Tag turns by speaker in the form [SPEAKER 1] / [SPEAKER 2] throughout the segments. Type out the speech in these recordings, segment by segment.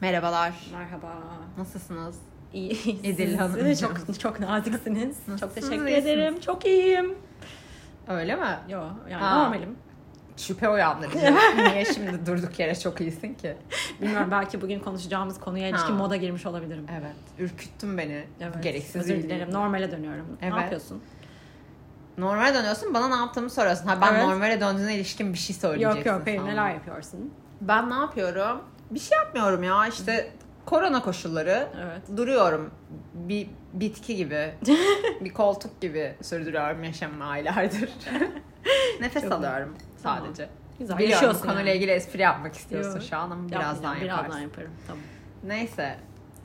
[SPEAKER 1] Merhabalar.
[SPEAKER 2] Merhaba.
[SPEAKER 1] Nasılsiniz?
[SPEAKER 2] İyi.
[SPEAKER 1] Edil
[SPEAKER 2] siz
[SPEAKER 1] Hanımcığım.
[SPEAKER 2] de Çok, çok naziksiniz.
[SPEAKER 1] Nasılsınız,
[SPEAKER 2] çok teşekkür
[SPEAKER 1] iyisiniz?
[SPEAKER 2] ederim. Çok iyiyim.
[SPEAKER 1] Öyle mi?
[SPEAKER 2] Yo yani
[SPEAKER 1] Aa.
[SPEAKER 2] normalim.
[SPEAKER 1] Şüphe uyandırıcı. Niye şimdi durduk yere çok iyisin ki?
[SPEAKER 2] Bilmiyorum belki bugün konuşacağımız konuya ilişkin
[SPEAKER 1] Ha.
[SPEAKER 2] moda girmiş olabilirim.
[SPEAKER 1] Evet. Ürküttün beni.
[SPEAKER 2] Evet.
[SPEAKER 1] Gereksiz
[SPEAKER 2] Özür
[SPEAKER 1] iyiliğin.
[SPEAKER 2] dilerim. Normale dönüyorum.
[SPEAKER 1] Evet.
[SPEAKER 2] Ne yapıyorsun?
[SPEAKER 1] Normale dönüyorsun bana ne yaptığımı soruyorsun. Ha, ben
[SPEAKER 2] Evet.
[SPEAKER 1] normale döndüğüne ilişkin bir şey söyleyeceksin.
[SPEAKER 2] Yok yok hayır
[SPEAKER 1] sandım.
[SPEAKER 2] neler yapıyorsun?
[SPEAKER 1] Ben ne yapıyorum? Bir şey yapmıyorum ya işte korona koşulları.
[SPEAKER 2] Evet.
[SPEAKER 1] Duruyorum bir bitki gibi, bir koltuk gibi sürdürüyorum yaşamımı aylardır. Nefes
[SPEAKER 2] Çok iyi.
[SPEAKER 1] alıyorum
[SPEAKER 2] Tamam.
[SPEAKER 1] sadece.
[SPEAKER 2] Güzel.
[SPEAKER 1] Biliyorum bu
[SPEAKER 2] yaşıyorsun
[SPEAKER 1] konuyla
[SPEAKER 2] yani.
[SPEAKER 1] ilgili espri yapmak istiyorsun
[SPEAKER 2] Yok.
[SPEAKER 1] şu an ama birazdan
[SPEAKER 2] Yapmayacağım,
[SPEAKER 1] yaparsın.
[SPEAKER 2] Birazdan yaparım. Tamam.
[SPEAKER 1] Neyse.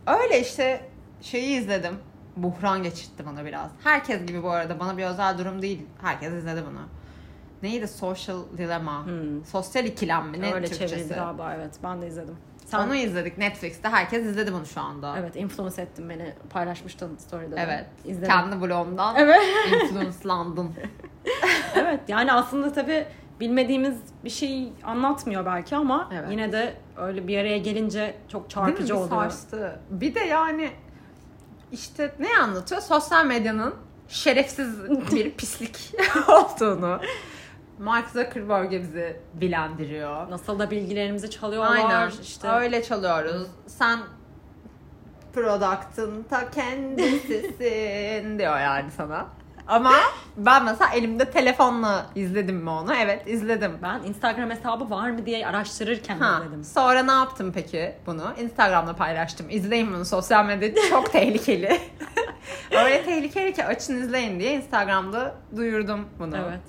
[SPEAKER 1] Öyle işte şeyi izledim. Buhran geçirtti bana biraz. Herkes gibi bu arada. Bana bir özel durum değil. Herkes izledi bunu. Neydi? Social Dilemma.
[SPEAKER 2] Hmm.
[SPEAKER 1] Sosyal ikilem mi? Ne
[SPEAKER 2] Öyle çevirdi
[SPEAKER 1] Türkçesi?
[SPEAKER 2] galiba evet. Ben de izledim. Sen,
[SPEAKER 1] Onu izledik Netflix'te. Herkes izledi bunu şu anda.
[SPEAKER 2] evet influence ettin beni. Paylaşmıştın story'de. de.
[SPEAKER 1] Evet.
[SPEAKER 2] İzledim.
[SPEAKER 1] Kendi blogumdan
[SPEAKER 2] Evet.
[SPEAKER 1] influencelandım.
[SPEAKER 2] Evet yani aslında tabii bilmediğimiz bir şey anlatmıyor belki ama
[SPEAKER 1] Evet.
[SPEAKER 2] yine de öyle bir araya gelince çok
[SPEAKER 1] Değil mi? Bir
[SPEAKER 2] çarpıcı oluyor.
[SPEAKER 1] sarstı. Bir de yani işte ne anlatıyor? Sosyal medyanın şerefsiz bir pislik olduğunu. Mark Zuckerberg'e bizi bilendiriyor.
[SPEAKER 2] Nasıl da bilgilerimizi çalıyorlar
[SPEAKER 1] Aynen.
[SPEAKER 2] işte.
[SPEAKER 1] Öyle çalıyoruz. Sen product'ın ta kendisisin diyor yani sana. Ama ben mesela elimde telefonla izledim mi onu? Evet izledim.
[SPEAKER 2] Ben Instagram hesabı var mı diye araştırırken
[SPEAKER 1] Ha,
[SPEAKER 2] dedim.
[SPEAKER 1] sonra ne yaptım peki bunu? Instagram'da paylaştım. İzleyin bunu sosyal medya çok tehlikeli. Öyle tehlikeli ki açın izleyin diye Instagram'da duyurdum bunu.
[SPEAKER 2] Evet.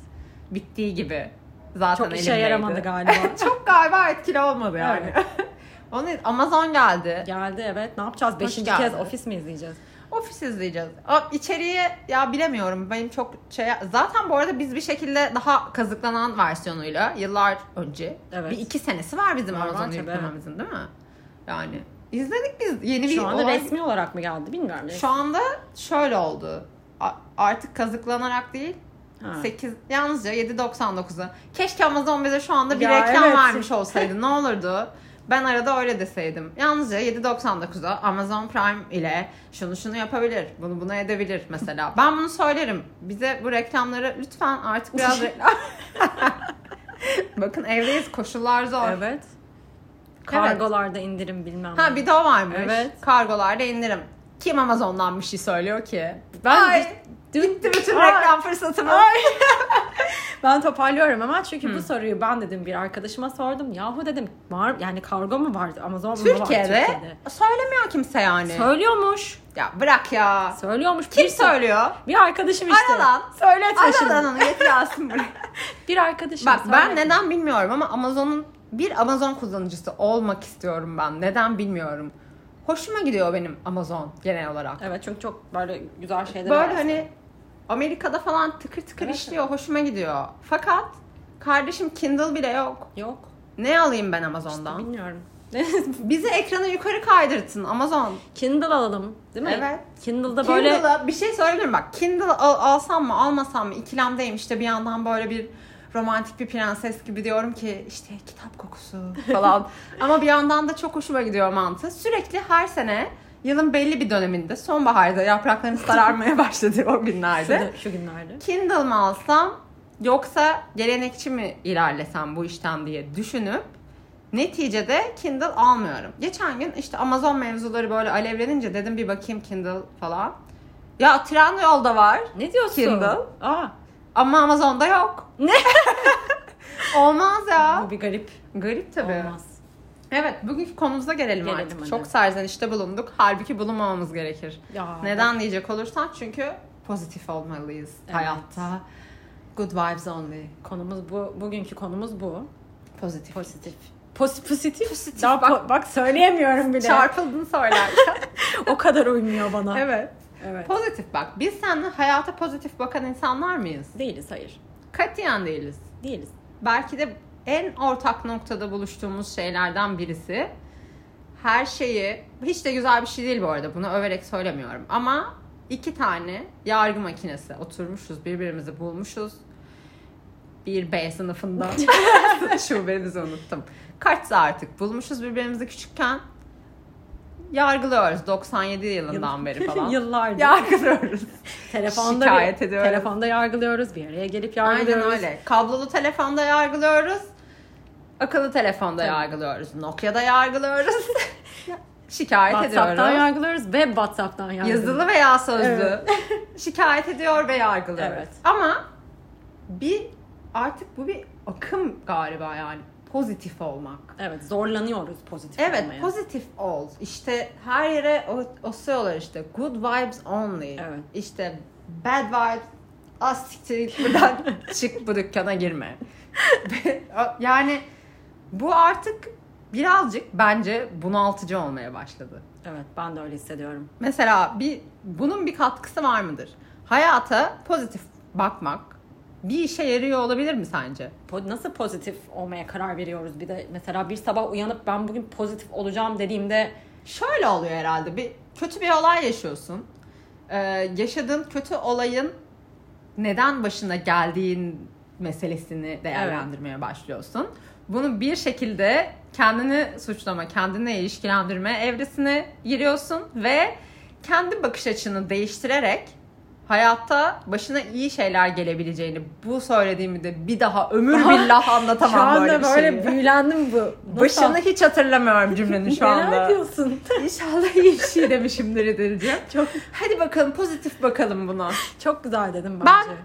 [SPEAKER 1] Bittiği gibi. Zaten
[SPEAKER 2] Çok işe
[SPEAKER 1] elimdeydi.
[SPEAKER 2] yaramadı galiba.
[SPEAKER 1] çok galiba etkili olmadı yani.
[SPEAKER 2] Evet.
[SPEAKER 1] Onu Amazon geldi.
[SPEAKER 2] Geldi evet. Ne yapacağız? Beşinci
[SPEAKER 1] geldi.
[SPEAKER 2] kez ofis mi izleyeceğiz?
[SPEAKER 1] Ofis izleyeceğiz. Aa, İçeriği ya bilemiyorum. Benim çok şey zaten bu arada biz bir şekilde daha kazıklanan versiyonuyla yıllar önce
[SPEAKER 2] Evet.
[SPEAKER 1] bir iki senesi var bizim
[SPEAKER 2] Var, var
[SPEAKER 1] Amazon'u
[SPEAKER 2] tabii,
[SPEAKER 1] yüklememizin değil mi? Yani izledik biz yeni bir
[SPEAKER 2] Şu anda
[SPEAKER 1] olay-
[SPEAKER 2] resmi olarak mı geldi bilmiyorum.
[SPEAKER 1] Şu anda şöyle oldu. A- artık kazıklanarak değil.
[SPEAKER 2] Ha.
[SPEAKER 1] 8 yalnızca 7.99'a. Keşke Amazon bize şu anda bir
[SPEAKER 2] Ya
[SPEAKER 1] reklam
[SPEAKER 2] evet.
[SPEAKER 1] vermiş olsaydı ne olurdu? Ben arada öyle deseydim. Yalnızca 7.99'a Amazon Prime ile şunu şunu yapabilir. Bunu bunu edebilir mesela. Ben bunu söylerim. Bize bu reklamları lütfen artık biraz reklam. Bakın evdeyiz koşullar zor.
[SPEAKER 2] Evet. Kargolarda indirim bilmem
[SPEAKER 1] Ha
[SPEAKER 2] ne.
[SPEAKER 1] bir de o varmış.
[SPEAKER 2] Evet.
[SPEAKER 1] Kargolarda indirim. Kim Amazon'dan bir şey söylüyor ki?
[SPEAKER 2] Ben
[SPEAKER 1] Ay,
[SPEAKER 2] dün-
[SPEAKER 1] gitti bütün
[SPEAKER 2] Ay.
[SPEAKER 1] reklam fırsatımı.
[SPEAKER 2] Ben toparlıyorum hemen çünkü bu soruyu ben dedim bir arkadaşıma sordum. Yahu dedim var yani kargo mu vardı Amazon mu var
[SPEAKER 1] Türkiye'de söylemiyor kimse yani.
[SPEAKER 2] Söylüyormuş.
[SPEAKER 1] ya bırak ya.
[SPEAKER 2] Söylüyormuş.
[SPEAKER 1] Kim
[SPEAKER 2] bir,
[SPEAKER 1] söylüyor?
[SPEAKER 2] Bir arkadaşım işte.
[SPEAKER 1] Aradan.
[SPEAKER 2] Söyletme şimdi.
[SPEAKER 1] Aradan onu getir alsın buraya.
[SPEAKER 2] Bir arkadaşım.
[SPEAKER 1] Bak ben
[SPEAKER 2] söyletme.
[SPEAKER 1] neden bilmiyorum ama Amazon'un bir Amazon kullanıcısı olmak istiyorum ben. Neden bilmiyorum. Hoşuma gidiyor benim Amazon genel olarak.
[SPEAKER 2] Evet çünkü çok böyle güzel şeyler
[SPEAKER 1] Böyle
[SPEAKER 2] var.
[SPEAKER 1] hani Amerika'da falan tıkır tıkır
[SPEAKER 2] Evet,
[SPEAKER 1] işliyor. Hoşuma gidiyor. Fakat kardeşim Kindle bile yok.
[SPEAKER 2] Yok.
[SPEAKER 1] Ne alayım ben Amazon'dan?
[SPEAKER 2] Bilmiyorum.
[SPEAKER 1] Bizi ekranı yukarı kaydırtın Amazon.
[SPEAKER 2] Kindle alalım değil mi?
[SPEAKER 1] Evet.
[SPEAKER 2] Kindle'da böyle
[SPEAKER 1] Kindle'a bir şey söyleyebilirim bak. Kindle al- alsam mı almasam mı ikilemdeyim. İşte bir yandan böyle bir romantik bir prenses gibi diyorum ki işte kitap kokusu falan. Ama bir yandan da çok hoşuma gidiyor mantığı. Sürekli her sene yılın belli bir döneminde sonbaharda yaprakların sararmaya başladığı o günlerde.
[SPEAKER 2] şu, şu günlerde.
[SPEAKER 1] Kindle mı alsam yoksa gelenekçi mi ilerlesem bu işten diye düşünüp neticede Kindle almıyorum. Geçen gün işte Amazon mevzuları böyle alevlenince dedim bir bakayım Kindle falan. Ya Trendyol'da var
[SPEAKER 2] Ne diyorsun?
[SPEAKER 1] Kindle.
[SPEAKER 2] Aa,
[SPEAKER 1] ama Amazon'da yok.
[SPEAKER 2] Ne?
[SPEAKER 1] Olmaz ya.
[SPEAKER 2] bu bir garip.
[SPEAKER 1] Garip tabii.
[SPEAKER 2] Olmaz.
[SPEAKER 1] Evet bugünkü konumuza gelelim,
[SPEAKER 2] Gelelim
[SPEAKER 1] artık.
[SPEAKER 2] hadi.
[SPEAKER 1] Çok serzenişte bulunduk. Halbuki bulunmamamız gerekir.
[SPEAKER 2] Ya,
[SPEAKER 1] Neden diyecek olursak çünkü pozitif olmalıyız
[SPEAKER 2] Evet.
[SPEAKER 1] hayatta. Good vibes only.
[SPEAKER 2] Konumuz bu. Bugünkü konumuz bu.
[SPEAKER 1] Pozitif.
[SPEAKER 2] Pozitif. Pozitif. Pozitif.
[SPEAKER 1] Pozitif.
[SPEAKER 2] Daha
[SPEAKER 1] Bak-
[SPEAKER 2] bak, bak söyleyemiyorum bile.
[SPEAKER 1] Çarpıldın söylerken.
[SPEAKER 2] o kadar uymuyor bana.
[SPEAKER 1] evet.
[SPEAKER 2] Evet.
[SPEAKER 1] Pozitif bak. Biz seninle hayata pozitif bakan insanlar mıyız?
[SPEAKER 2] Değiliz hayır.
[SPEAKER 1] Katiyen değiliz.
[SPEAKER 2] Değiliz.
[SPEAKER 1] Belki de en ortak noktada buluştuğumuz şeylerden birisi. Her şeyi, hiç de güzel bir şey değil bu arada bunu överek söylemiyorum. Ama iki tane yargı makinesi oturmuşuz, birbirimizi bulmuşuz. Bir B sınıfında. Şubenizi unuttum. Kaçsa artık bulmuşuz birbirimizi küçükken. Yargılıyoruz 97 yılından beri falan.
[SPEAKER 2] Yıllardır.
[SPEAKER 1] Yargılıyoruz.
[SPEAKER 2] telefonda
[SPEAKER 1] şikayet
[SPEAKER 2] bir-
[SPEAKER 1] ediyoruz.
[SPEAKER 2] Telefonda yargılıyoruz. Bir araya gelip
[SPEAKER 1] Aynen
[SPEAKER 2] yargılıyoruz.
[SPEAKER 1] öyle. Kablolu telefonda yargılıyoruz. Akıllı telefonda yargılıyoruz. Nokia'da yargılıyoruz. Şikayet
[SPEAKER 2] WhatsApp'tan
[SPEAKER 1] ediyoruz.
[SPEAKER 2] yargılıyoruz ve WhatsApp'tan yargılıyoruz.
[SPEAKER 1] Yazılı veya sözlü. Şikayet ediyor ve yargılıyoruz.
[SPEAKER 2] Evet.
[SPEAKER 1] Ama bir artık bu bir akım galiba yani. Pozitif olmak.
[SPEAKER 2] Evet zorlanıyoruz pozitif
[SPEAKER 1] Evet
[SPEAKER 2] olmaya.
[SPEAKER 1] pozitif ol. İşte her yere o, asıyorlar işte. Good vibes only.
[SPEAKER 2] Evet.
[SPEAKER 1] İşte bad vibes. Az siktir git buradan çık bu dükkana girme. yani bu artık birazcık bence bunaltıcı olmaya başladı.
[SPEAKER 2] evet ben de öyle hissediyorum.
[SPEAKER 1] Mesela bir bunun bir katkısı var mıdır? Hayata pozitif bakmak bir işe yarıyor olabilir mi sence?
[SPEAKER 2] Po- nasıl pozitif olmaya karar veriyoruz bir de mesela bir sabah uyanıp ben bugün pozitif olacağım dediğimde
[SPEAKER 1] Şöyle oluyor herhalde. Bir kötü bir olay yaşıyorsun. Ee, yaşadığın kötü olayın neden başına geldiğin meselesini değerlendirmeye başlıyorsun. Bunu bir şekilde kendini suçlama, kendine ilişkilendirme evresine giriyorsun ve kendi bakış açını değiştirerek hayatta başına iyi şeyler gelebileceğini bu söylediğimi de bir daha ömür billah
[SPEAKER 2] şu
[SPEAKER 1] anlatamam
[SPEAKER 2] anda
[SPEAKER 1] böyle
[SPEAKER 2] böyle,
[SPEAKER 1] bir şeyi.
[SPEAKER 2] büyülendim bu. Nasıl-
[SPEAKER 1] Başını hiç hatırlamıyorum cümlenin şu anda.
[SPEAKER 2] Neler diyorsun?
[SPEAKER 1] İnşallah iyi bir şey demişimdir edileceğim.
[SPEAKER 2] çok
[SPEAKER 1] Hadi bakalım pozitif bakalım buna.
[SPEAKER 2] çok güzel dedim
[SPEAKER 1] Ben-
[SPEAKER 2] bence.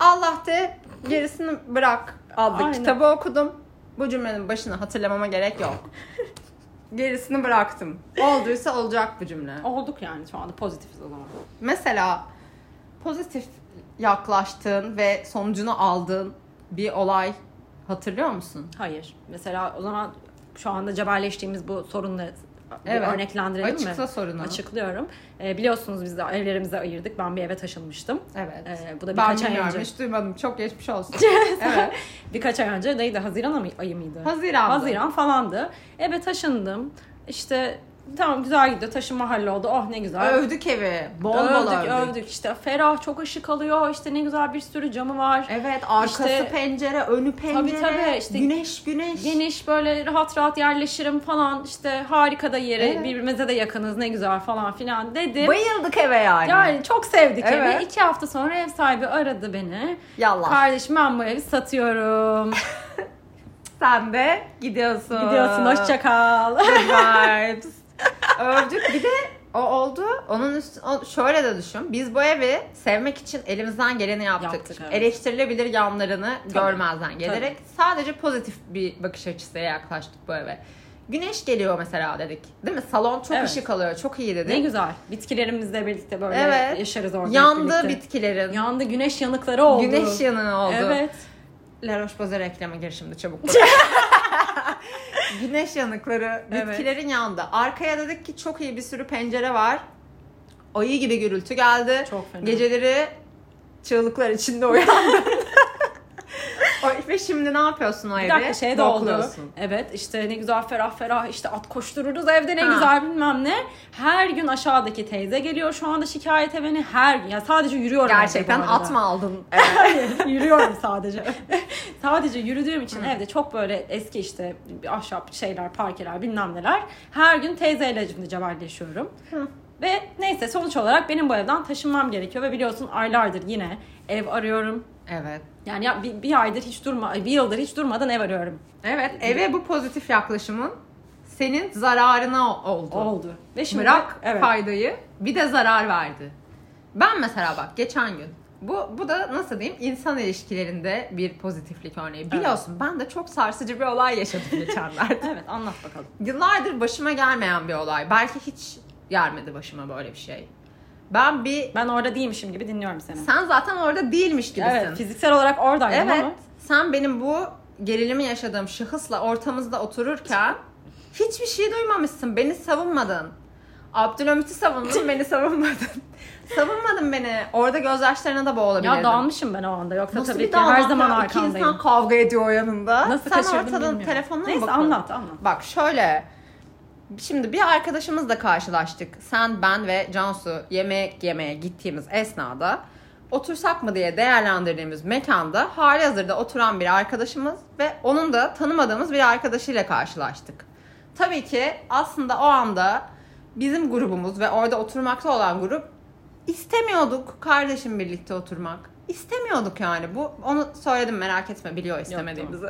[SPEAKER 1] Allah de gerisini bırak adlı
[SPEAKER 2] Aynen.
[SPEAKER 1] kitabı okudum. Bu cümlenin başını hatırlamama gerek yok. gerisini bıraktım. Olduysa olacak bu cümle.
[SPEAKER 2] Olduk yani şu anda pozitifiz o zaman.
[SPEAKER 1] Mesela pozitif yaklaştığın ve sonucunu aldığın bir olay hatırlıyor musun?
[SPEAKER 2] Hayır. Mesela o zaman şu anda cebelleştiğimiz bu sorunla bir
[SPEAKER 1] Evet.
[SPEAKER 2] örneklendirelim mi?
[SPEAKER 1] Açıkla sorunu.
[SPEAKER 2] Açıklıyorum. Ee, biliyorsunuz biz de evlerimizi ayırdık. Ben bir eve taşınmıştım.
[SPEAKER 1] Evet.
[SPEAKER 2] Ee, bu da
[SPEAKER 1] ben
[SPEAKER 2] birkaç ay
[SPEAKER 1] bilmiyorum
[SPEAKER 2] önce.
[SPEAKER 1] hiç duymadım. Çok geçmiş olsun. evet.
[SPEAKER 2] Birkaç ay önce neydi? Haziran mı- ayı mıydı?
[SPEAKER 1] Haziran'dı.
[SPEAKER 2] Haziran falandı. Eve taşındım. İşte tamam güzel gidiyor. Taşınma halloldu. Oh ne güzel.
[SPEAKER 1] Övdük evi. Bol bol
[SPEAKER 2] övdük,
[SPEAKER 1] övdük.
[SPEAKER 2] övdük. İşte ferah çok ışık alıyor. İşte ne güzel bir sürü camı var.
[SPEAKER 1] Evet arkası
[SPEAKER 2] İşte-
[SPEAKER 1] pencere, önü pencere,
[SPEAKER 2] tabii, işte-
[SPEAKER 1] güneş güneş.
[SPEAKER 2] Geniş böyle rahat rahat yerleşirim falan işte harika da yeri
[SPEAKER 1] Evet.
[SPEAKER 2] birbirimize de yakınız ne güzel falan filan dedim.
[SPEAKER 1] Bayıldık eve yani.
[SPEAKER 2] yani çok sevdik
[SPEAKER 1] Evet.
[SPEAKER 2] evi. İki hafta sonra ev sahibi aradı beni.
[SPEAKER 1] Yallah.
[SPEAKER 2] Kardeşim ben bu evi satıyorum.
[SPEAKER 1] Sen de gidiyorsun.
[SPEAKER 2] Gidiyorsun hoşça kal.
[SPEAKER 1] Good vibes. Övdük bir de o oldu. Onun üst, o- şöyle de düşün. Biz bu evi sevmek için elimizden geleni yaptık.
[SPEAKER 2] Yaptık, evet.
[SPEAKER 1] Eleştirilebilir yanlarını görmezden gelerek sadece pozitif bir bakış açısıyla yaklaştık bu eve. Güneş geliyor mesela dedik. Değil mi? Salon çok
[SPEAKER 2] Evet.
[SPEAKER 1] ışık alıyor. Çok iyi dedik.
[SPEAKER 2] ne güzel. Bitkilerimizle birlikte böyle
[SPEAKER 1] Evet.
[SPEAKER 2] yaşarız orada. hep
[SPEAKER 1] Yandı
[SPEAKER 2] birlikte.
[SPEAKER 1] bitkilerin.
[SPEAKER 2] Yandı güneş yanıkları oldu.
[SPEAKER 1] Güneş yanığı oldu.
[SPEAKER 2] Evet.
[SPEAKER 1] La Roche-Posay reklama gir şimdi çabuk. Güneş yanıkları,
[SPEAKER 2] Evet.
[SPEAKER 1] bitkilerin yandı. Arkaya dedik ki çok iyi bir sürü pencere var. Ayı gibi gürültü geldi.
[SPEAKER 2] Çok fena.
[SPEAKER 1] Geceleri çığlıklar içinde uyandım. Ay, Ve şimdi ne yapıyorsun o
[SPEAKER 2] Bir
[SPEAKER 1] evi?
[SPEAKER 2] dakika şey de oldu.
[SPEAKER 1] Bokluyorsun.
[SPEAKER 2] Evet işte ne güzel ferah ferah işte at koştururuz evde ne
[SPEAKER 1] Ha.
[SPEAKER 2] güzel bilmem ne. Her gün aşağıdaki teyze geliyor şu anda şikayet evini her gün. Ya sadece yürüyorum.
[SPEAKER 1] Gerçekten
[SPEAKER 2] evde bu arada.
[SPEAKER 1] atma aldın.
[SPEAKER 2] Yürüyorum sadece. sadece yürüdüğüm için evde çok böyle eski işte bir ahşap şeyler parkeler bilmem neler. Her gün teyzeyle şimdi cebelleşiyorum. Ve neyse sonuç olarak benim bu evden taşınmam gerekiyor ve biliyorsun aylardır yine ev arıyorum.
[SPEAKER 1] evet.
[SPEAKER 2] Yani ya bir, bir aydır hiç durma, bir yıldır hiç durmadan ev arıyorum.
[SPEAKER 1] Evet, eve bu pozitif yaklaşımın senin zararına oldu.
[SPEAKER 2] Oldu. Ve şimdi
[SPEAKER 1] Bırak
[SPEAKER 2] evet.
[SPEAKER 1] faydayı bir de zarar verdi. Ben mesela bak geçen gün bu, bu da nasıl diyeyim insan ilişkilerinde bir pozitiflik örneği. Biliyorsun ben de çok sarsıcı bir olay yaşadım geçenlerde.
[SPEAKER 2] Evet anlat bakalım.
[SPEAKER 1] Yıllardır başıma gelmeyen bir olay. Belki hiç gelmedi başıma böyle bir şey. Ben bir
[SPEAKER 2] Ben orada değilmişim gibi dinliyorum seni.
[SPEAKER 1] sen zaten orada değilmiş gibisin.
[SPEAKER 2] evet fiziksel olarak oradaydım
[SPEAKER 1] Evet.
[SPEAKER 2] ama
[SPEAKER 1] Sen benim bu gerilimi yaşadığım şahısla ortamızda otururken hiçbir şey duymamışsın. Beni savunmadın. Abdülhamit'i savundun, beni savunmadın. savunmadın beni. Orada gözyaşlarına da boğulabilirdin.
[SPEAKER 2] ya dalmışım ben o anda yoksa
[SPEAKER 1] Nasıl
[SPEAKER 2] tabii
[SPEAKER 1] bir
[SPEAKER 2] ki her
[SPEAKER 1] dalmak
[SPEAKER 2] zaman
[SPEAKER 1] ya? İki
[SPEAKER 2] arkandayım.
[SPEAKER 1] insan kavga ediyor yanında.
[SPEAKER 2] Nasıl
[SPEAKER 1] Sen
[SPEAKER 2] kaçırdım
[SPEAKER 1] ortadan
[SPEAKER 2] bilmiyorum.
[SPEAKER 1] telefonuna mı
[SPEAKER 2] Neyse
[SPEAKER 1] bakıyorsun?
[SPEAKER 2] anlat anlat.
[SPEAKER 1] Bak şöyle. Şimdi bir arkadaşımızla karşılaştık. Sen, ben ve Cansu yemek yemeye gittiğimiz esnada otursak mı diye değerlendirdiğimiz mekanda hali hazırda oturan bir arkadaşımız ve onun da tanımadığımız bir arkadaşıyla karşılaştık. Tabii ki aslında o anda bizim grubumuz ve orada oturmakta olan grup istemiyorduk kardeşim birlikte oturmak. İstemiyorduk yani bu. Onu söyledim merak etme biliyor istemediğimizi.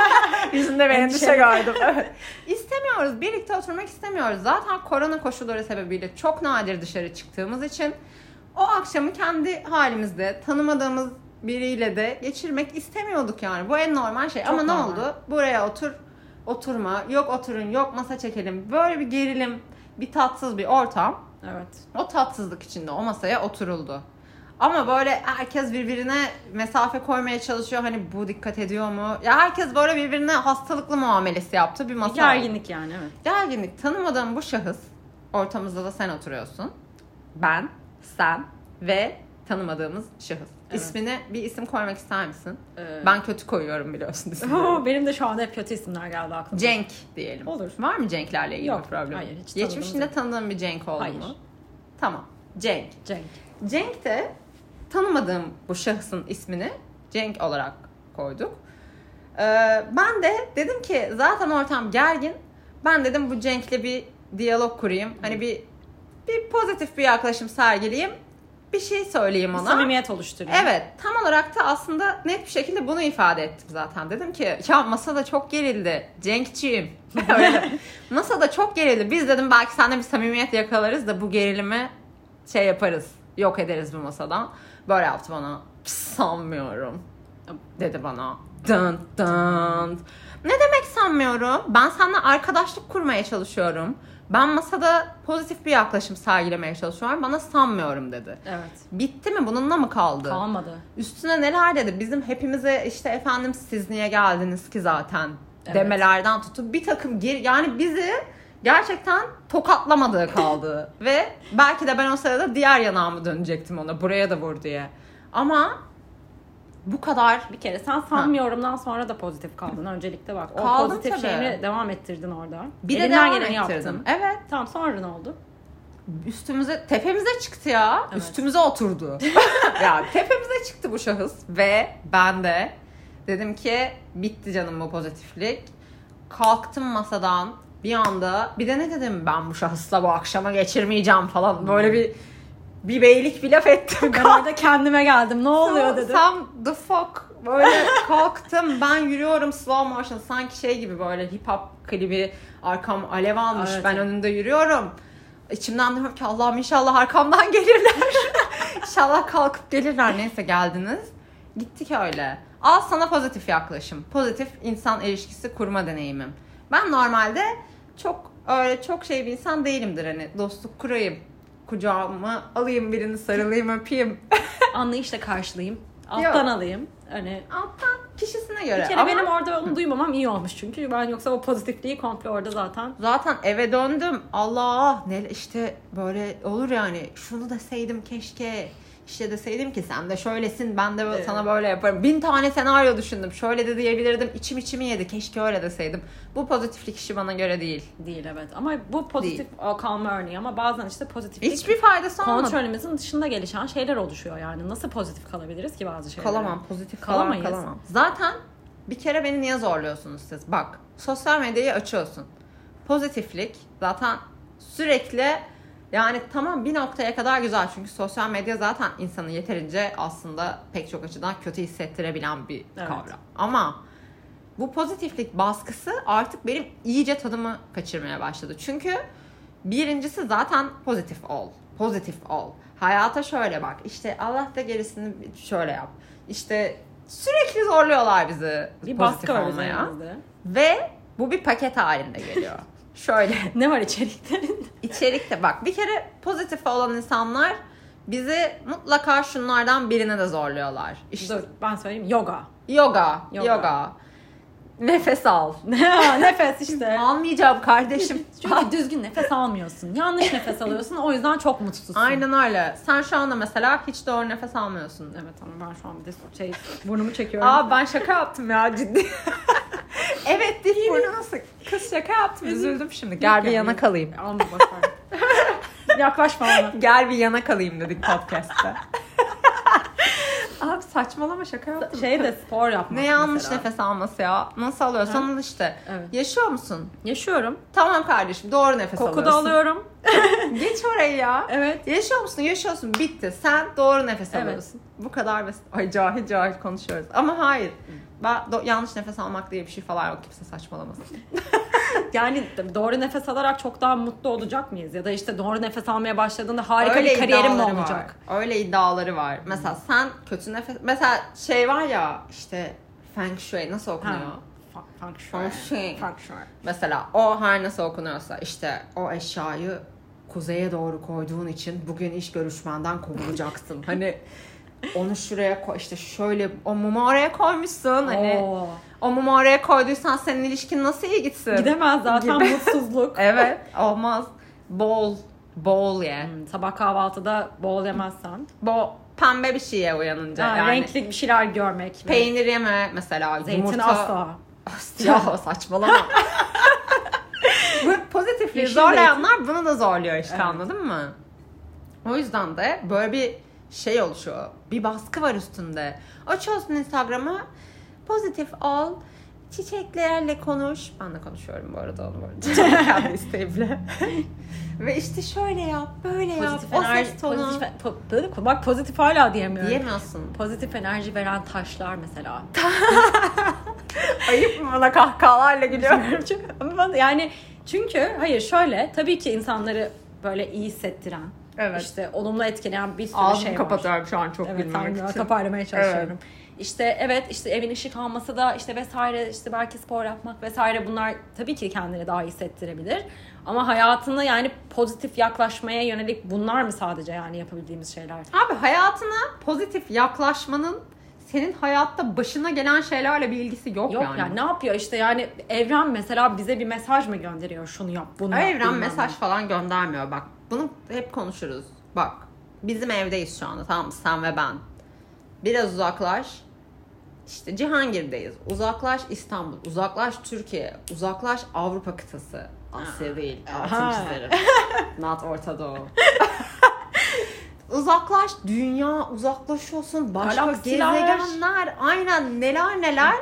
[SPEAKER 1] Yüzünde bir endişe gördüm. Evet. İstemiyoruz. Birlikte oturmak istemiyoruz. Zaten korona koşulları sebebiyle çok nadir dışarı çıktığımız için o akşamı kendi halimizde tanımadığımız biriyle de geçirmek istemiyorduk yani. Bu en normal şey. Ama
[SPEAKER 2] normal.
[SPEAKER 1] ne oldu? Buraya otur, oturma. Yok oturun, yok masa çekelim. Böyle bir gerilim, bir tatsız bir ortam.
[SPEAKER 2] Evet.
[SPEAKER 1] O tatsızlık içinde o masaya oturuldu. Ama böyle herkes birbirine mesafe koymaya çalışıyor. Hani bu dikkat ediyor mu? Ya herkes böyle birbirine hastalıklı muamelesi yaptı bir masa.
[SPEAKER 2] Gerginlik yani evet.
[SPEAKER 1] Gerginlik. Tanımadığım bu şahıs. Ortamızda da sen oturuyorsun. Ben, sen ve tanımadığımız şahıs.
[SPEAKER 2] Evet.
[SPEAKER 1] İsmini bir isim koymak ister misin?
[SPEAKER 2] Ee,
[SPEAKER 1] Ben kötü koyuyorum biliyorsun isimleri.
[SPEAKER 2] Oo, benim de şu anda hep kötü isimler geldi aklıma.
[SPEAKER 1] Cenk diyelim.
[SPEAKER 2] Olur.
[SPEAKER 1] Var mı Cenk'lerle ilgili
[SPEAKER 2] Yok,
[SPEAKER 1] bir problem?
[SPEAKER 2] hayır, hiç tanıdığım
[SPEAKER 1] Geçmişinde
[SPEAKER 2] Cenk.
[SPEAKER 1] tanıdığım bir Cenk oldu
[SPEAKER 2] Hayır.
[SPEAKER 1] mu? Tamam. Cenk.
[SPEAKER 2] Cenk.
[SPEAKER 1] Cenk de tanımadığım bu şahsın ismini Cenk olarak koyduk. Ee, ben de dedim ki zaten ortam gergin. Ben dedim bu Cenk'le bir diyalog kurayım. Hani bir bir pozitif bir yaklaşım sergileyim. Bir şey söyleyeyim ona.
[SPEAKER 2] Samimiyet oluşturuyor.
[SPEAKER 1] Evet tam olarak da aslında net bir şekilde bunu ifade ettim zaten. Dedim ki ya masada çok gerildi Cenkçiyim. Öyle. masada çok gerildi. Biz dedim belki seninle bir samimiyet yakalarız da bu gerilimi şey yaparız. Yok ederiz bu masadan. Böyle yaptı bana. Sanmıyorum dedi bana. Dın dın. Ne demek sanmıyorum? Ben seninle arkadaşlık kurmaya çalışıyorum. Ben masada pozitif bir yaklaşım sergilemeye çalışıyorum. Bana sanmıyorum dedi.
[SPEAKER 2] Evet.
[SPEAKER 1] Bitti mi? Bununla mı kaldı?
[SPEAKER 2] Kalmadı.
[SPEAKER 1] Üstüne neler dedi? Bizim hepimize işte efendim siz niye geldiniz ki zaten
[SPEAKER 2] Evet.
[SPEAKER 1] demelerden tutup bir takım gir yani bizi gerçekten tokatlamadığı kaldı. Ve belki de ben o sırada diğer yanağımı dönecektim ona buraya da vur diye. Ama bu kadar
[SPEAKER 2] Bir kere sen sanmıyorumdan sonra da pozitif kaldın. Öncelikle bak. O
[SPEAKER 1] Kaldım
[SPEAKER 2] pozitif
[SPEAKER 1] tabii.
[SPEAKER 2] şeyini devam ettirdin orada.
[SPEAKER 1] bir de
[SPEAKER 2] Elinden
[SPEAKER 1] devam
[SPEAKER 2] geleni
[SPEAKER 1] ettirdim.
[SPEAKER 2] yaptın.
[SPEAKER 1] Evet.
[SPEAKER 2] Tamam sonra ne oldu?
[SPEAKER 1] Üstümüze tepemize çıktı ya.
[SPEAKER 2] Evet.
[SPEAKER 1] Üstümüze oturdu. ya tepemize çıktı bu şahıs ve ben de dedim ki bitti canım bu pozitiflik. Kalktım masadan bir anda bir de ne dedim ben bu şahısla bu akşama geçirmeyeceğim falan böyle bir bir beylik bir laf ettim.
[SPEAKER 2] Ben orada kendime geldim. Ne oluyor dedim.
[SPEAKER 1] Sam the fuck böyle kalktım ben yürüyorum slow motion sanki şey gibi böyle hip hop klibi arkam alev almış
[SPEAKER 2] Evet,
[SPEAKER 1] ben
[SPEAKER 2] evet.
[SPEAKER 1] önünde yürüyorum. İçimden diyorum ki Allah'ım inşallah arkamdan gelirler. inşallah kalkıp gelirler neyse geldiniz. Gittik öyle. Al sana pozitif yaklaşım. Pozitif insan ilişkisi kurma deneyimim. Ben normalde çok öyle çok şey bir insan değilimdir hani dostluk kurayım. Kucağıma alayım birini sarılayım öpeyim.
[SPEAKER 2] Anlayışla karşılayayım. Alttan alayım. Hani
[SPEAKER 1] Alttan kişisine göre.
[SPEAKER 2] bir kere
[SPEAKER 1] Ama
[SPEAKER 2] benim orada onu duymamam iyi olmuş çünkü ben yoksa o pozitifliği komple orada zaten
[SPEAKER 1] zaten eve döndüm. Allah ne işte böyle olur yani. Şunu deseydim keşke. İşte deseydim ki sen de şöylesin ben de böyle-
[SPEAKER 2] Evet.
[SPEAKER 1] sana böyle yaparım. Bin tane senaryo düşündüm. Şöyle de diyebilirdim. İçim içimi yedi. Keşke öyle deseydim. Bu pozitiflik işi bana göre değil.
[SPEAKER 2] değil evet. Ama bu pozitif o kalma örneği ama bazen işte pozitiflik
[SPEAKER 1] Hiçbir faydası olmadı.
[SPEAKER 2] kontrolümüzün dışında gelişen şeyler oluşuyor yani. Nasıl pozitif kalabiliriz ki bazı şeylere?
[SPEAKER 1] Kalamam pozitif
[SPEAKER 2] Kalamayız.
[SPEAKER 1] kalamayız. Kalamam. Zaten bir kere beni niye zorluyorsunuz siz? Bak sosyal medyayı açıyorsun. Pozitiflik zaten sürekli yani tamam bir noktaya kadar güzel çünkü sosyal medya zaten insanı yeterince aslında pek çok açıdan kötü hissettirebilen bir
[SPEAKER 2] Evet.
[SPEAKER 1] kavram. Ama bu pozitiflik baskısı artık benim iyice tadımı kaçırmaya başladı. Çünkü birincisi zaten pozitif ol. Pozitif ol. Hayata şöyle bak. İşte Allah da gerisini şöyle yap. İşte sürekli zorluyorlar bizi
[SPEAKER 2] Bir
[SPEAKER 1] pozitif
[SPEAKER 2] baskı var
[SPEAKER 1] olmaya.
[SPEAKER 2] üzerimizde.
[SPEAKER 1] Ve bu bir paket halinde geliyor. şöyle
[SPEAKER 2] Ne var içeriklerin?
[SPEAKER 1] içerikte bak bir kere pozitif olan insanlar bizi mutlaka şunlardan birine de zorluyorlar. İşte
[SPEAKER 2] Dur ben söyleyeyim yoga.
[SPEAKER 1] yoga,
[SPEAKER 2] Yoga.
[SPEAKER 1] yoga, nefes al.
[SPEAKER 2] nefes işte.
[SPEAKER 1] Almayacağım kardeşim.
[SPEAKER 2] Çünkü düzgün nefes almıyorsun. Yanlış nefes alıyorsun. O yüzden çok mutsuzsun.
[SPEAKER 1] Aynen öyle. Sen şu anda mesela hiç doğru nefes almıyorsun.
[SPEAKER 2] Evet ama ben şu an bir de şey burnumu çekiyorum.
[SPEAKER 1] Aa ben şaka yaptım ya ciddi. evet değil mi? Nasıl? Kız şaka yaptım üzüldüm şimdi. Gel bir yana kalayım.
[SPEAKER 2] Alma bakar. Yaklaşma bana.
[SPEAKER 1] Gel bir yana kalayım dedik podcast'ta.
[SPEAKER 2] Abi
[SPEAKER 1] Saçmalama şaka yaptım.
[SPEAKER 2] Şey de spor yapmak
[SPEAKER 1] ne yanlış
[SPEAKER 2] mesela.
[SPEAKER 1] nefes alması ya. Nasıl alıyorsan al işte.
[SPEAKER 2] Evet.
[SPEAKER 1] Yaşıyor musun?
[SPEAKER 2] Yaşıyorum.
[SPEAKER 1] Tamam kardeşim doğru nefes
[SPEAKER 2] Koku da
[SPEAKER 1] alıyorsun.
[SPEAKER 2] alıyorum.
[SPEAKER 1] Geç orayı ya.
[SPEAKER 2] Evet.
[SPEAKER 1] Yaşıyor musun? Yaşıyorsun. Bitti. Sen doğru nefes
[SPEAKER 2] Evet.
[SPEAKER 1] alıyorsun. Bu kadar basit. Ay cahil cahil konuşuyoruz. Ama hayır. Ben do- yanlış nefes almak diye bir şey falan yok. Kimse saçmalamasın.
[SPEAKER 2] Yani doğru nefes alarak çok daha mutlu olacak mıyız? Ya da işte doğru nefes almaya başladığında harika bir kariyerim mi
[SPEAKER 1] iddiaları
[SPEAKER 2] olacak?
[SPEAKER 1] Var. Öyle iddiaları var. Mesela sen kötü nefes... Mesela şey var ya işte Feng Shui nasıl okunuyor?
[SPEAKER 2] Ha. Fa- Feng shui.
[SPEAKER 1] Feng Shui.
[SPEAKER 2] Feng shui.
[SPEAKER 1] Mesela o her nasıl okunuyorsa işte o eşyayı kuzeye doğru koyduğun için bugün iş görüşmenden kovulacaksın. hani onu şuraya koy işte şöyle o mumu oraya koymuşsun hani
[SPEAKER 2] Oo.
[SPEAKER 1] o mumu oraya koyduysan senin ilişkin nasıl iyi gitsin?
[SPEAKER 2] Gidemez zaten
[SPEAKER 1] Gibi.
[SPEAKER 2] mutsuzluk.
[SPEAKER 1] Evet olmaz. Bol bol ye.
[SPEAKER 2] Hmm, Sabah kahvaltıda bol yemezsen.
[SPEAKER 1] Bo pembe bir şey ye uyanınca
[SPEAKER 2] Ha,
[SPEAKER 1] yani.
[SPEAKER 2] Renkli bir şeyler görmek. ve
[SPEAKER 1] Peynir yeme mesela
[SPEAKER 2] Zeytin
[SPEAKER 1] yumurta.
[SPEAKER 2] asla.
[SPEAKER 1] Ya saçmalama. Bu pozitifliği
[SPEAKER 2] Yeşil
[SPEAKER 1] zorlayanlar bunu da zorluyor işte
[SPEAKER 2] Evet.
[SPEAKER 1] anladın mı? O yüzden de böyle bir şey oluşuyor. Bir baskı var üstünde. Açıyorsun Instagram'ı. Pozitif ol. Çiçeklerle konuş. Ben de konuşuyorum bu arada onu bu arada. Kendi isteğimle. Ve işte şöyle yap, böyle
[SPEAKER 2] Pozitif
[SPEAKER 1] yap. o
[SPEAKER 2] enerji.
[SPEAKER 1] ses tonu.
[SPEAKER 2] Pozitif, po- po- bak pozitif hala
[SPEAKER 1] e-
[SPEAKER 2] diyemiyorum.
[SPEAKER 1] Diyemiyorsun.
[SPEAKER 2] Pozitif enerji veren taşlar mesela.
[SPEAKER 1] Ayıp mı bana kahkahalarla gülüyor.
[SPEAKER 2] Çünkü- Ama ben- yani çünkü hayır şöyle tabii ki insanları böyle iyi hissettiren
[SPEAKER 1] Evet.
[SPEAKER 2] işte olumlu etkileyen bir sürü
[SPEAKER 1] Ağzımı
[SPEAKER 2] şey var.
[SPEAKER 1] kapatıyorum şu an çok
[SPEAKER 2] Evet,
[SPEAKER 1] gülmek
[SPEAKER 2] tamam,
[SPEAKER 1] için.
[SPEAKER 2] toparlamaya çalışıyorum. İşte evet işte evin ışık alması da işte vesaire işte belki spor yapmak vesaire bunlar tabii ki kendini daha iyi hissettirebilir. Ama hayatına yani pozitif yaklaşmaya yönelik bunlar mı sadece yani yapabildiğimiz şeyler?
[SPEAKER 1] Abi hayatına pozitif yaklaşmanın senin hayatta başına gelen şeylerle bir ilgisi yok,
[SPEAKER 2] Yok
[SPEAKER 1] yani.
[SPEAKER 2] ya ne yapıyor işte yani evren mesela bize bir mesaj mı gönderiyor şunu yap bunu yap.
[SPEAKER 1] Evren
[SPEAKER 2] bilmem ne.
[SPEAKER 1] mesaj falan göndermiyor bak. Bunu hep konuşuruz. Bak bizim evdeyiz şu anda tamam mı? sen ve ben. Biraz uzaklaş. İşte Cihangir'deyiz. Uzaklaş İstanbul, uzaklaş Türkiye, uzaklaş Avrupa kıtası. Asya değil, altın
[SPEAKER 2] Aha.
[SPEAKER 1] çizerim. Not Orta Doğu. uzaklaş dünya, uzaklaşıyorsun başka
[SPEAKER 2] Galaksiler.
[SPEAKER 1] gezegenler, aynen neler neler.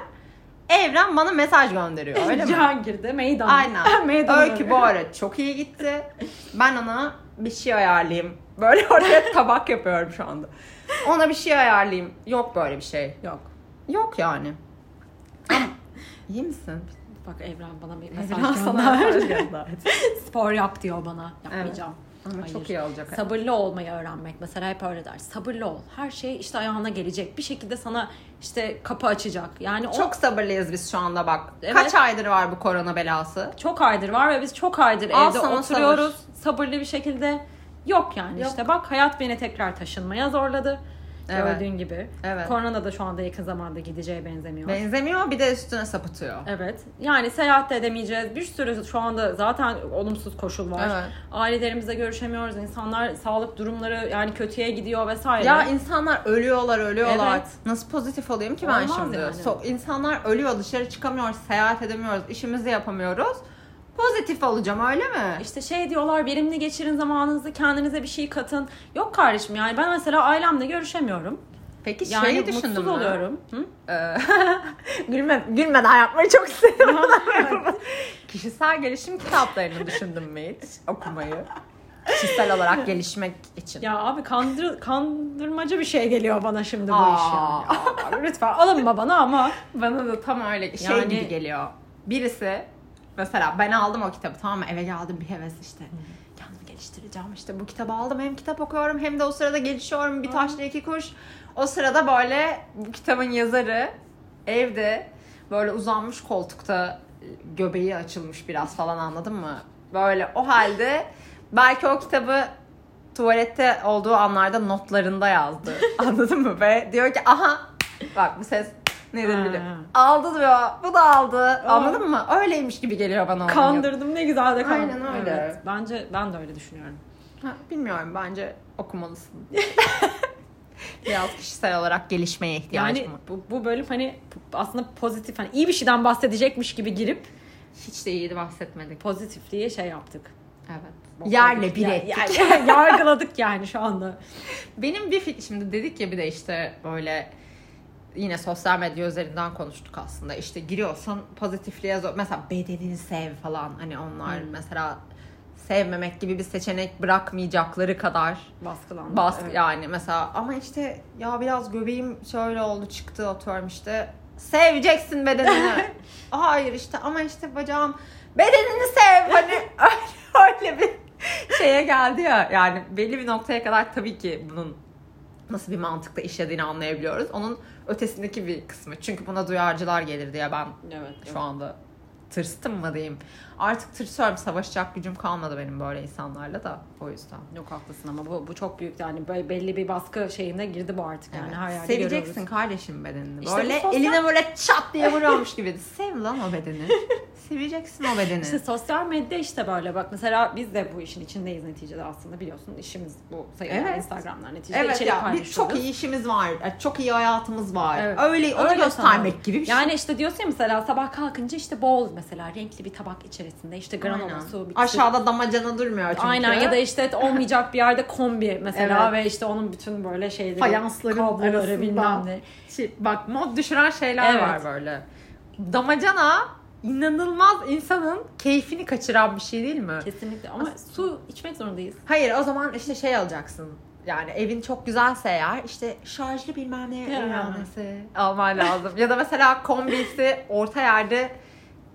[SPEAKER 1] Evren bana mesaj gönderiyor öyle mi?
[SPEAKER 2] Cihangir'de meydan.
[SPEAKER 1] Aynen.
[SPEAKER 2] meydan
[SPEAKER 1] Öykü bu ara çok iyi gitti. Ben ona bir şey ayarlayayım. Böyle oraya tabak yapıyorum şu anda. Ona bir şey ayarlayayım. Yok böyle bir şey.
[SPEAKER 2] Yok.
[SPEAKER 1] Yok yani. Ama- İyi misin?
[SPEAKER 2] Bak Evren bana bir
[SPEAKER 1] Biraz
[SPEAKER 2] mesaj
[SPEAKER 1] sana
[SPEAKER 2] gönder.
[SPEAKER 1] mesaj gönder.
[SPEAKER 2] Spor yap diyor bana. Yapmayacağım.
[SPEAKER 1] Ama
[SPEAKER 2] Hayır.
[SPEAKER 1] çok iyi olacak.
[SPEAKER 2] Sabırlı olmayı öğrenmek. Mesela hep öyle der. Sabırlı ol. Her şey işte ayağına gelecek. Bir şekilde sana işte kapı açacak. Yani çok
[SPEAKER 1] Çok sabırlıyız biz şu anda bak.
[SPEAKER 2] Evet.
[SPEAKER 1] Kaç aydır var bu korona belası?
[SPEAKER 2] çok aydır var ve biz çok aydır
[SPEAKER 1] Al
[SPEAKER 2] evde
[SPEAKER 1] sana
[SPEAKER 2] oturuyoruz. Sabırlı bir şekilde yok yani
[SPEAKER 1] Yok.
[SPEAKER 2] işte bak hayat beni tekrar taşınmaya zorladı.
[SPEAKER 1] Evet.
[SPEAKER 2] Gördüğün gibi.
[SPEAKER 1] Evet.
[SPEAKER 2] Korona da şu anda yakın zamanda gideceğe benzemiyor.
[SPEAKER 1] Benzemiyor bir de üstüne sapıtıyor.
[SPEAKER 2] Evet. Yani seyahat de edemeyeceğiz. Bir sürü şu anda zaten olumsuz koşul var.
[SPEAKER 1] Evet.
[SPEAKER 2] Ailelerimizle görüşemiyoruz. İnsanlar sağlık durumları yani kötüye gidiyor vesaire.
[SPEAKER 1] Ya insanlar ölüyorlar ölüyorlar.
[SPEAKER 2] Evet.
[SPEAKER 1] Nasıl pozitif olayım ki ben
[SPEAKER 2] Olmaz
[SPEAKER 1] şimdi?
[SPEAKER 2] yani.
[SPEAKER 1] So- insanlar ölüyor dışarı çıkamıyoruz, seyahat edemiyoruz, işimizi yapamıyoruz. Pozitif olacağım öyle mi?
[SPEAKER 2] işte şey diyorlar verimli geçirin zamanınızı kendinize bir şey katın. Yok kardeşim yani ben mesela ailemle görüşemiyorum.
[SPEAKER 1] Peki
[SPEAKER 2] Yani
[SPEAKER 1] şeyi
[SPEAKER 2] mutsuz
[SPEAKER 1] düşündüm Şey mü?
[SPEAKER 2] oluyorum. Hı?
[SPEAKER 1] Ee, gülme, gülmeden yapmayı çok seviyorum. Kişisel gelişim kitaplarını düşündün mü hiç okumayı? Kişisel olarak gelişmek için.
[SPEAKER 2] Ya abi kandır, kandırmaca bir şey geliyor bana şimdi bu iş
[SPEAKER 1] Aa.
[SPEAKER 2] yani. Lütfen alınma bana ama.
[SPEAKER 1] Bana da tam öyle şey
[SPEAKER 2] Yani-
[SPEAKER 1] gibi geliyor. Birisi mesela ben aldım o kitabı tamam mı? Eve geldim bir heves işte. Kendimi geliştireceğim işte bu kitabı aldım. Hem kitap okuyorum hem de o sırada gelişiyorum. Bir taşla iki kuş. O sırada böyle bu kitabın yazarı evde böyle uzanmış koltukta e, göbeği açılmış biraz falan anladın mı? Böyle o halde belki o kitabı tuvalette olduğu anlarda notlarında yazdı. Anladın mı? Ve diyor ki aha bak bu ses nedir biliyor. Aldı diyor. Bu da aldı. Anladın mı? Öyleymiş gibi geliyor bana. onun yaptığı.
[SPEAKER 2] Kandırdım ne güzel de
[SPEAKER 1] Aynen
[SPEAKER 2] kandırdım.
[SPEAKER 1] öyle.
[SPEAKER 2] Evet, bence ben de öyle düşünüyorum.
[SPEAKER 1] Ha, bilmiyorum bence okumalısın. Biraz kişisel olarak gelişmeye ihtiyacım
[SPEAKER 2] Yani
[SPEAKER 1] var.
[SPEAKER 2] bu, bu bölüm hani aslında pozitif hani iyi bir şeyden bahsedecekmiş gibi girip
[SPEAKER 1] Hiç de iyiydi bahsetmedik.
[SPEAKER 2] pozitifliğe şey yaptık.
[SPEAKER 1] Evet. Yerle bir
[SPEAKER 2] Ya-
[SPEAKER 1] ettik.
[SPEAKER 2] ya- yargıladık yani şu anda.
[SPEAKER 1] Benim bir fikrim şimdi dedik ya bir de işte böyle yine sosyal medya üzerinden konuştuk aslında. İşte giriyorsan pozitifliğe zor. Mesela bedenini sev falan. Hani onlar mesela sevmemek gibi bir seçenek bırakmayacakları kadar
[SPEAKER 2] Baskılandı.
[SPEAKER 1] bas
[SPEAKER 2] Evet.
[SPEAKER 1] yani mesela ama işte ya biraz göbeğim şöyle oldu çıktı atıyorum işte seveceksin bedenini. Hayır işte ama işte bacağım bedenini sev hani öyle, öyle bir şeye geldi ya yani belli bir noktaya kadar tabii ki bunun nasıl bir mantıkla işlediğini anlayabiliyoruz. Onun ötesindeki bir kısmı. Çünkü buna duyarcılar gelir diye ben
[SPEAKER 2] Evet.
[SPEAKER 1] şu anda tırstım mı diyeyim. Artık tırsıyorum. Savaşacak gücüm kalmadı benim böyle insanlarla da o yüzden.
[SPEAKER 2] Yok haklısın ama bu, bu çok büyük yani böyle belli bir baskı şeyine girdi bu artık yani
[SPEAKER 1] Evet.
[SPEAKER 2] her yerde
[SPEAKER 1] Seveceksin
[SPEAKER 2] görüyoruz.
[SPEAKER 1] kardeşim bedenini.
[SPEAKER 2] İşte
[SPEAKER 1] böyle
[SPEAKER 2] bu sosyal-
[SPEAKER 1] eline böyle çat diye vuruyormuş gibi. Sev lan o bedeni. Seveceksin o bedeni.
[SPEAKER 2] İşte sosyal medya işte böyle bak mesela biz de bu işin içindeyiz neticede aslında biliyorsun işimiz bu sayılar
[SPEAKER 1] Evet.
[SPEAKER 2] Instagram'lar neticede
[SPEAKER 1] evet
[SPEAKER 2] içerik
[SPEAKER 1] ya bir
[SPEAKER 2] şey paylaşıyoruz.
[SPEAKER 1] çok iyi işimiz var. e, Çok iyi hayatımız var.
[SPEAKER 2] Evet.
[SPEAKER 1] Öyle onu
[SPEAKER 2] Öyle
[SPEAKER 1] göstermek
[SPEAKER 2] sanırım.
[SPEAKER 1] gibi bir şey.
[SPEAKER 2] Yani işte diyorsun ya mesela sabah kalkınca işte bol mesela renkli bir tabak içerisinde işte granola
[SPEAKER 1] Aynen.
[SPEAKER 2] su bitkisi.
[SPEAKER 1] Aşağıda damacana durmuyor çünkü.
[SPEAKER 2] Aynen ya da işte olmayacak bir yerde kombi mesela
[SPEAKER 1] Evet.
[SPEAKER 2] ve işte onun bütün böyle şeyleri
[SPEAKER 1] Fayansların arasında.
[SPEAKER 2] kabloları bilmem ne.
[SPEAKER 1] Şey, bak mod düşüren şeyler
[SPEAKER 2] Evet.
[SPEAKER 1] var böyle. Damacana inanılmaz insanın keyfini kaçıran bir şey değil mi?
[SPEAKER 2] Kesinlikle ama su içmek zorundayız.
[SPEAKER 1] Hayır o zaman işte şey alacaksın. Yani evin çok güzelse eğer işte şarjlı bilmem ne
[SPEAKER 2] Ya.
[SPEAKER 1] uyanesi alman lazım. ya da mesela kombisi orta yerde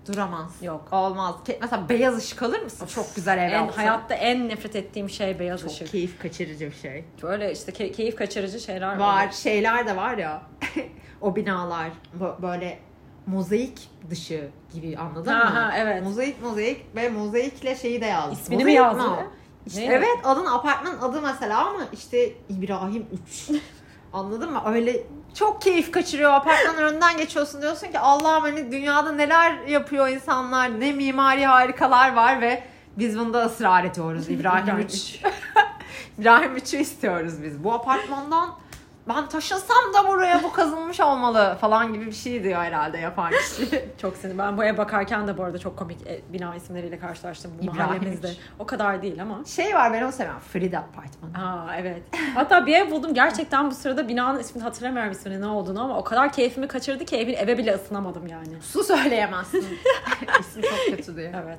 [SPEAKER 1] duramaz.
[SPEAKER 2] Yok.
[SPEAKER 1] Olmaz. Ke- Mesela beyaz ışık alır mısın? çok güzel ev
[SPEAKER 2] En,
[SPEAKER 1] alsan.
[SPEAKER 2] hayatta en nefret ettiğim şey beyaz
[SPEAKER 1] çok
[SPEAKER 2] ışık.
[SPEAKER 1] keyif kaçırıcı bir şey.
[SPEAKER 2] Böyle işte key- keyif kaçırıcı şeyler
[SPEAKER 1] Var şeyler de var ya. o binalar bö- böyle mozaik dışı gibi anladın
[SPEAKER 2] Ha,
[SPEAKER 1] mı?
[SPEAKER 2] ha, evet.
[SPEAKER 1] Mozaik mozaik ve mozaikle şeyi de yazdı.
[SPEAKER 2] İsmini mi
[SPEAKER 1] Mozaik
[SPEAKER 2] yazdı?
[SPEAKER 1] o? İşte
[SPEAKER 2] Ne?
[SPEAKER 1] evet adın apartmanın adı mesela ama işte İbrahim 3. Anladın mı? Öyle çok keyif kaçırıyor. Apartmanın önünden geçiyorsun diyorsun ki Allah'ım hani dünyada neler yapıyor insanlar, ne mimari harikalar var ve biz bunda ısrar ediyoruz İbrahim
[SPEAKER 2] İbrahim
[SPEAKER 1] 3. İbrahim 3'ü istiyoruz biz. Bu apartmandan ben taşınsam da buraya bu kazınmış olmalı falan gibi bir şey diyor herhalde yapan kişi.
[SPEAKER 2] Çok sinir. Ben bu eve bakarken de bu arada çok komik e, bina isimleriyle karşılaştım bu
[SPEAKER 1] İbrahim
[SPEAKER 2] mahallemizde.
[SPEAKER 1] Üç.
[SPEAKER 2] O kadar değil ama.
[SPEAKER 1] Şey var benim o seven Frida apartmanı.
[SPEAKER 2] Aa evet. Hatta bir ev buldum. Gerçekten bu sırada binanın ismini hatırlamıyorum ismini ne olduğunu ama o kadar keyfimi kaçırdı ki evin eve bile ısınamadım yani.
[SPEAKER 1] Su söyleyemezsin. İsmi çok kötü diye.
[SPEAKER 2] Evet.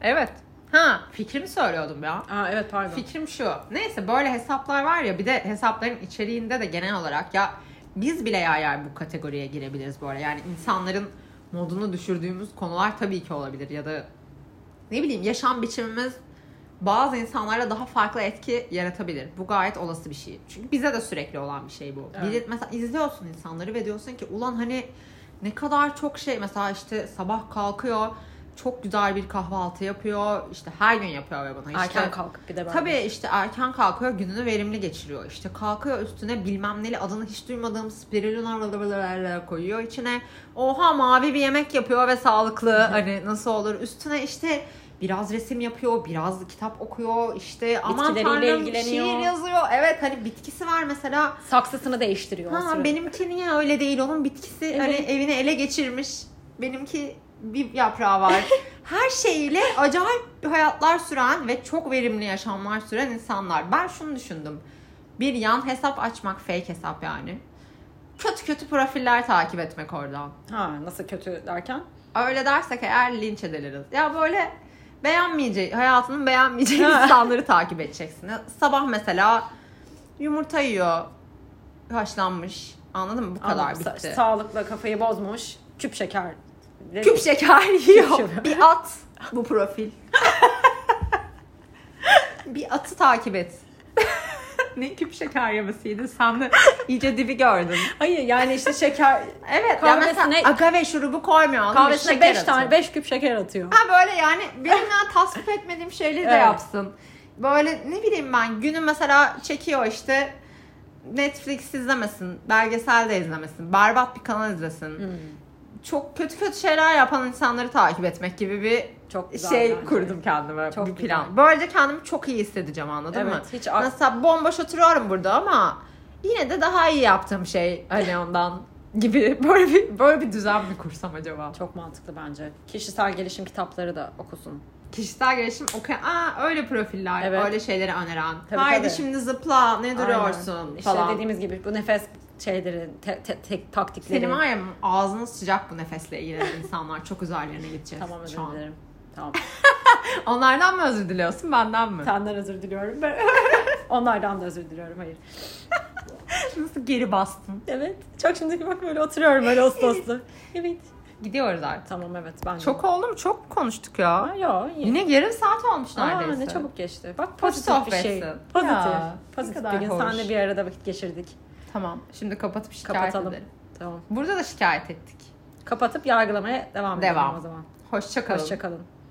[SPEAKER 1] Evet. Ha fikrimi söylüyordum ya.
[SPEAKER 2] Aa evet pardon.
[SPEAKER 1] Fikrim şu. Neyse böyle hesaplar var ya bir de hesapların içeriğinde de genel olarak ya biz bile ya yer bu kategoriye girebiliriz bu arada. Yani insanların modunu düşürdüğümüz konular tabii ki olabilir ya da ne bileyim yaşam biçimimiz bazı insanlara daha farklı etki yaratabilir. Bu gayet olası bir şey. Çünkü bize de sürekli olan bir şey bu.
[SPEAKER 2] Evet.
[SPEAKER 1] Bir- mesela izliyorsun insanları ve diyorsun ki ulan hani ne kadar çok şey mesela işte sabah kalkıyor çok güzel bir kahvaltı yapıyor. işte her gün yapıyor ve bunu. İşte,
[SPEAKER 2] Erken kalkıp bir de ben.
[SPEAKER 1] Tabii işte erken kalkıyor gününü verimli geçiriyor. İşte kalkıyor üstüne bilmem neli adını hiç duymadığım spirulina koyuyor içine. Oha mavi bir yemek yapıyor ve sağlıklı hani nasıl olur. Üstüne işte biraz resim yapıyor, biraz kitap okuyor. işte aman
[SPEAKER 2] Bitkileriyle
[SPEAKER 1] tanrım
[SPEAKER 2] ilgileniyor.
[SPEAKER 1] şiir yazıyor. Evet hani bitkisi var mesela.
[SPEAKER 2] Saksısını değiştiriyor. o
[SPEAKER 1] Ha,
[SPEAKER 2] sırada.
[SPEAKER 1] benimki niye öyle değil onun bitkisi hani
[SPEAKER 2] Evet.
[SPEAKER 1] evini ele geçirmiş. Benimki bir yaprağı var. Her şeyiyle acayip hayatlar süren ve çok verimli yaşamlar süren insanlar. Ben şunu düşündüm. Bir yan hesap açmak fake hesap yani. Kötü kötü profiller takip etmek oradan.
[SPEAKER 2] Ha nasıl kötü derken?
[SPEAKER 1] Öyle dersek eğer linç ediliriz. Ya böyle beğenmeyeceği, hayatının beğenmeyeceği
[SPEAKER 2] Ha.
[SPEAKER 1] insanları takip edeceksin. Sabah mesela yumurta yiyor. Haşlanmış. Anladın mı? Bu kadar
[SPEAKER 2] Anladım. Sa-
[SPEAKER 1] bitti.
[SPEAKER 2] sağlıkla kafayı bozmamış. Küp şeker.
[SPEAKER 1] Küp şeker yiyor.
[SPEAKER 2] şeker.
[SPEAKER 1] Bir at bu profil. bir atı takip et. ne küp şeker yemesiydi. Sen de iyice dibi gördün.
[SPEAKER 2] Hayır yani işte şeker
[SPEAKER 1] Evet. ya
[SPEAKER 2] Kahvesine-
[SPEAKER 1] mesela agave şurubu koymuyor. anladın mı?
[SPEAKER 2] kahvesine
[SPEAKER 1] Şeker
[SPEAKER 2] 5 tane
[SPEAKER 1] atıyor.
[SPEAKER 2] 5 küp şeker atıyor.
[SPEAKER 1] Ha böyle yani benimle tasvip etmediğim şeyleri de
[SPEAKER 2] Evet.
[SPEAKER 1] yapsın. Böyle ne bileyim ben günü mesela çekiyor işte Netflix izlemesin, belgesel de izlemesin, berbat bir kanal izlesin.
[SPEAKER 2] Hmm.
[SPEAKER 1] Çok kötü kötü şeyler yapan insanları takip etmek gibi bir
[SPEAKER 2] Çok güzel.
[SPEAKER 1] şey
[SPEAKER 2] bence.
[SPEAKER 1] kurdum kendime
[SPEAKER 2] Çok
[SPEAKER 1] bir
[SPEAKER 2] güzel.
[SPEAKER 1] plan. Böylece kendimi çok iyi hissedeceğim anladın
[SPEAKER 2] Evet,
[SPEAKER 1] mı?
[SPEAKER 2] hiç ak-
[SPEAKER 1] Mesela bomboş oturuyorum burada ama yine de daha iyi yaptığım şey hani ondan gibi böyle bir böyle bir düzen mi kursam acaba?
[SPEAKER 2] Çok mantıklı bence. Kişisel gelişim kitapları da okusun.
[SPEAKER 1] Kişisel gelişim okuyan, aa öyle profiller,
[SPEAKER 2] Evet.
[SPEAKER 1] öyle şeyleri öneren.
[SPEAKER 2] Tabii,
[SPEAKER 1] Haydi
[SPEAKER 2] tabii.
[SPEAKER 1] şimdi zıpla, ne duruyorsun
[SPEAKER 2] Aynen. İşte
[SPEAKER 1] falan.
[SPEAKER 2] dediğimiz gibi bu nefes şeyleri, te- te- te- taktikleri.
[SPEAKER 1] Senin var ya ağzınız sıcak bu nefesle ilgilenen insanlar. Çok üzerlerine gideceğiz
[SPEAKER 2] Tamam özür
[SPEAKER 1] şu an.
[SPEAKER 2] dilerim. Tamam.
[SPEAKER 1] Onlardan mı özür diliyorsun benden mi?
[SPEAKER 2] Senden özür diliyorum. Ben- Onlardan da özür diliyorum. Hayır.
[SPEAKER 1] Nasıl geri bastın?
[SPEAKER 2] Evet. Çok şimdiki bak böyle oturuyorum böyle oslu oslu. Evet.
[SPEAKER 1] Gidiyoruz artık.
[SPEAKER 2] Tamam evet ben.
[SPEAKER 1] Çok oldu mu? Çok konuştuk ya.
[SPEAKER 2] Yok.
[SPEAKER 1] Yine yarım saat olmuş neredeyse.
[SPEAKER 2] Aa, ne çabuk geçti. Bak
[SPEAKER 1] Hoş
[SPEAKER 2] pozitif bir şey.
[SPEAKER 1] sohbetsin.
[SPEAKER 2] Pozitif.
[SPEAKER 1] Ya, ne
[SPEAKER 2] pozitif
[SPEAKER 1] kadar
[SPEAKER 2] bir gün
[SPEAKER 1] hoş.
[SPEAKER 2] senle bir arada vakit geçirdik.
[SPEAKER 1] Tamam. Şimdi kapatıp şikayet
[SPEAKER 2] Kapatalım.
[SPEAKER 1] edelim.
[SPEAKER 2] Tamam.
[SPEAKER 1] Burada da şikayet ettik.
[SPEAKER 2] Kapatıp yargılamaya devam, edelim
[SPEAKER 1] Devam.
[SPEAKER 2] o zaman.
[SPEAKER 1] Hoşça kalın.
[SPEAKER 2] Hoşçakalın.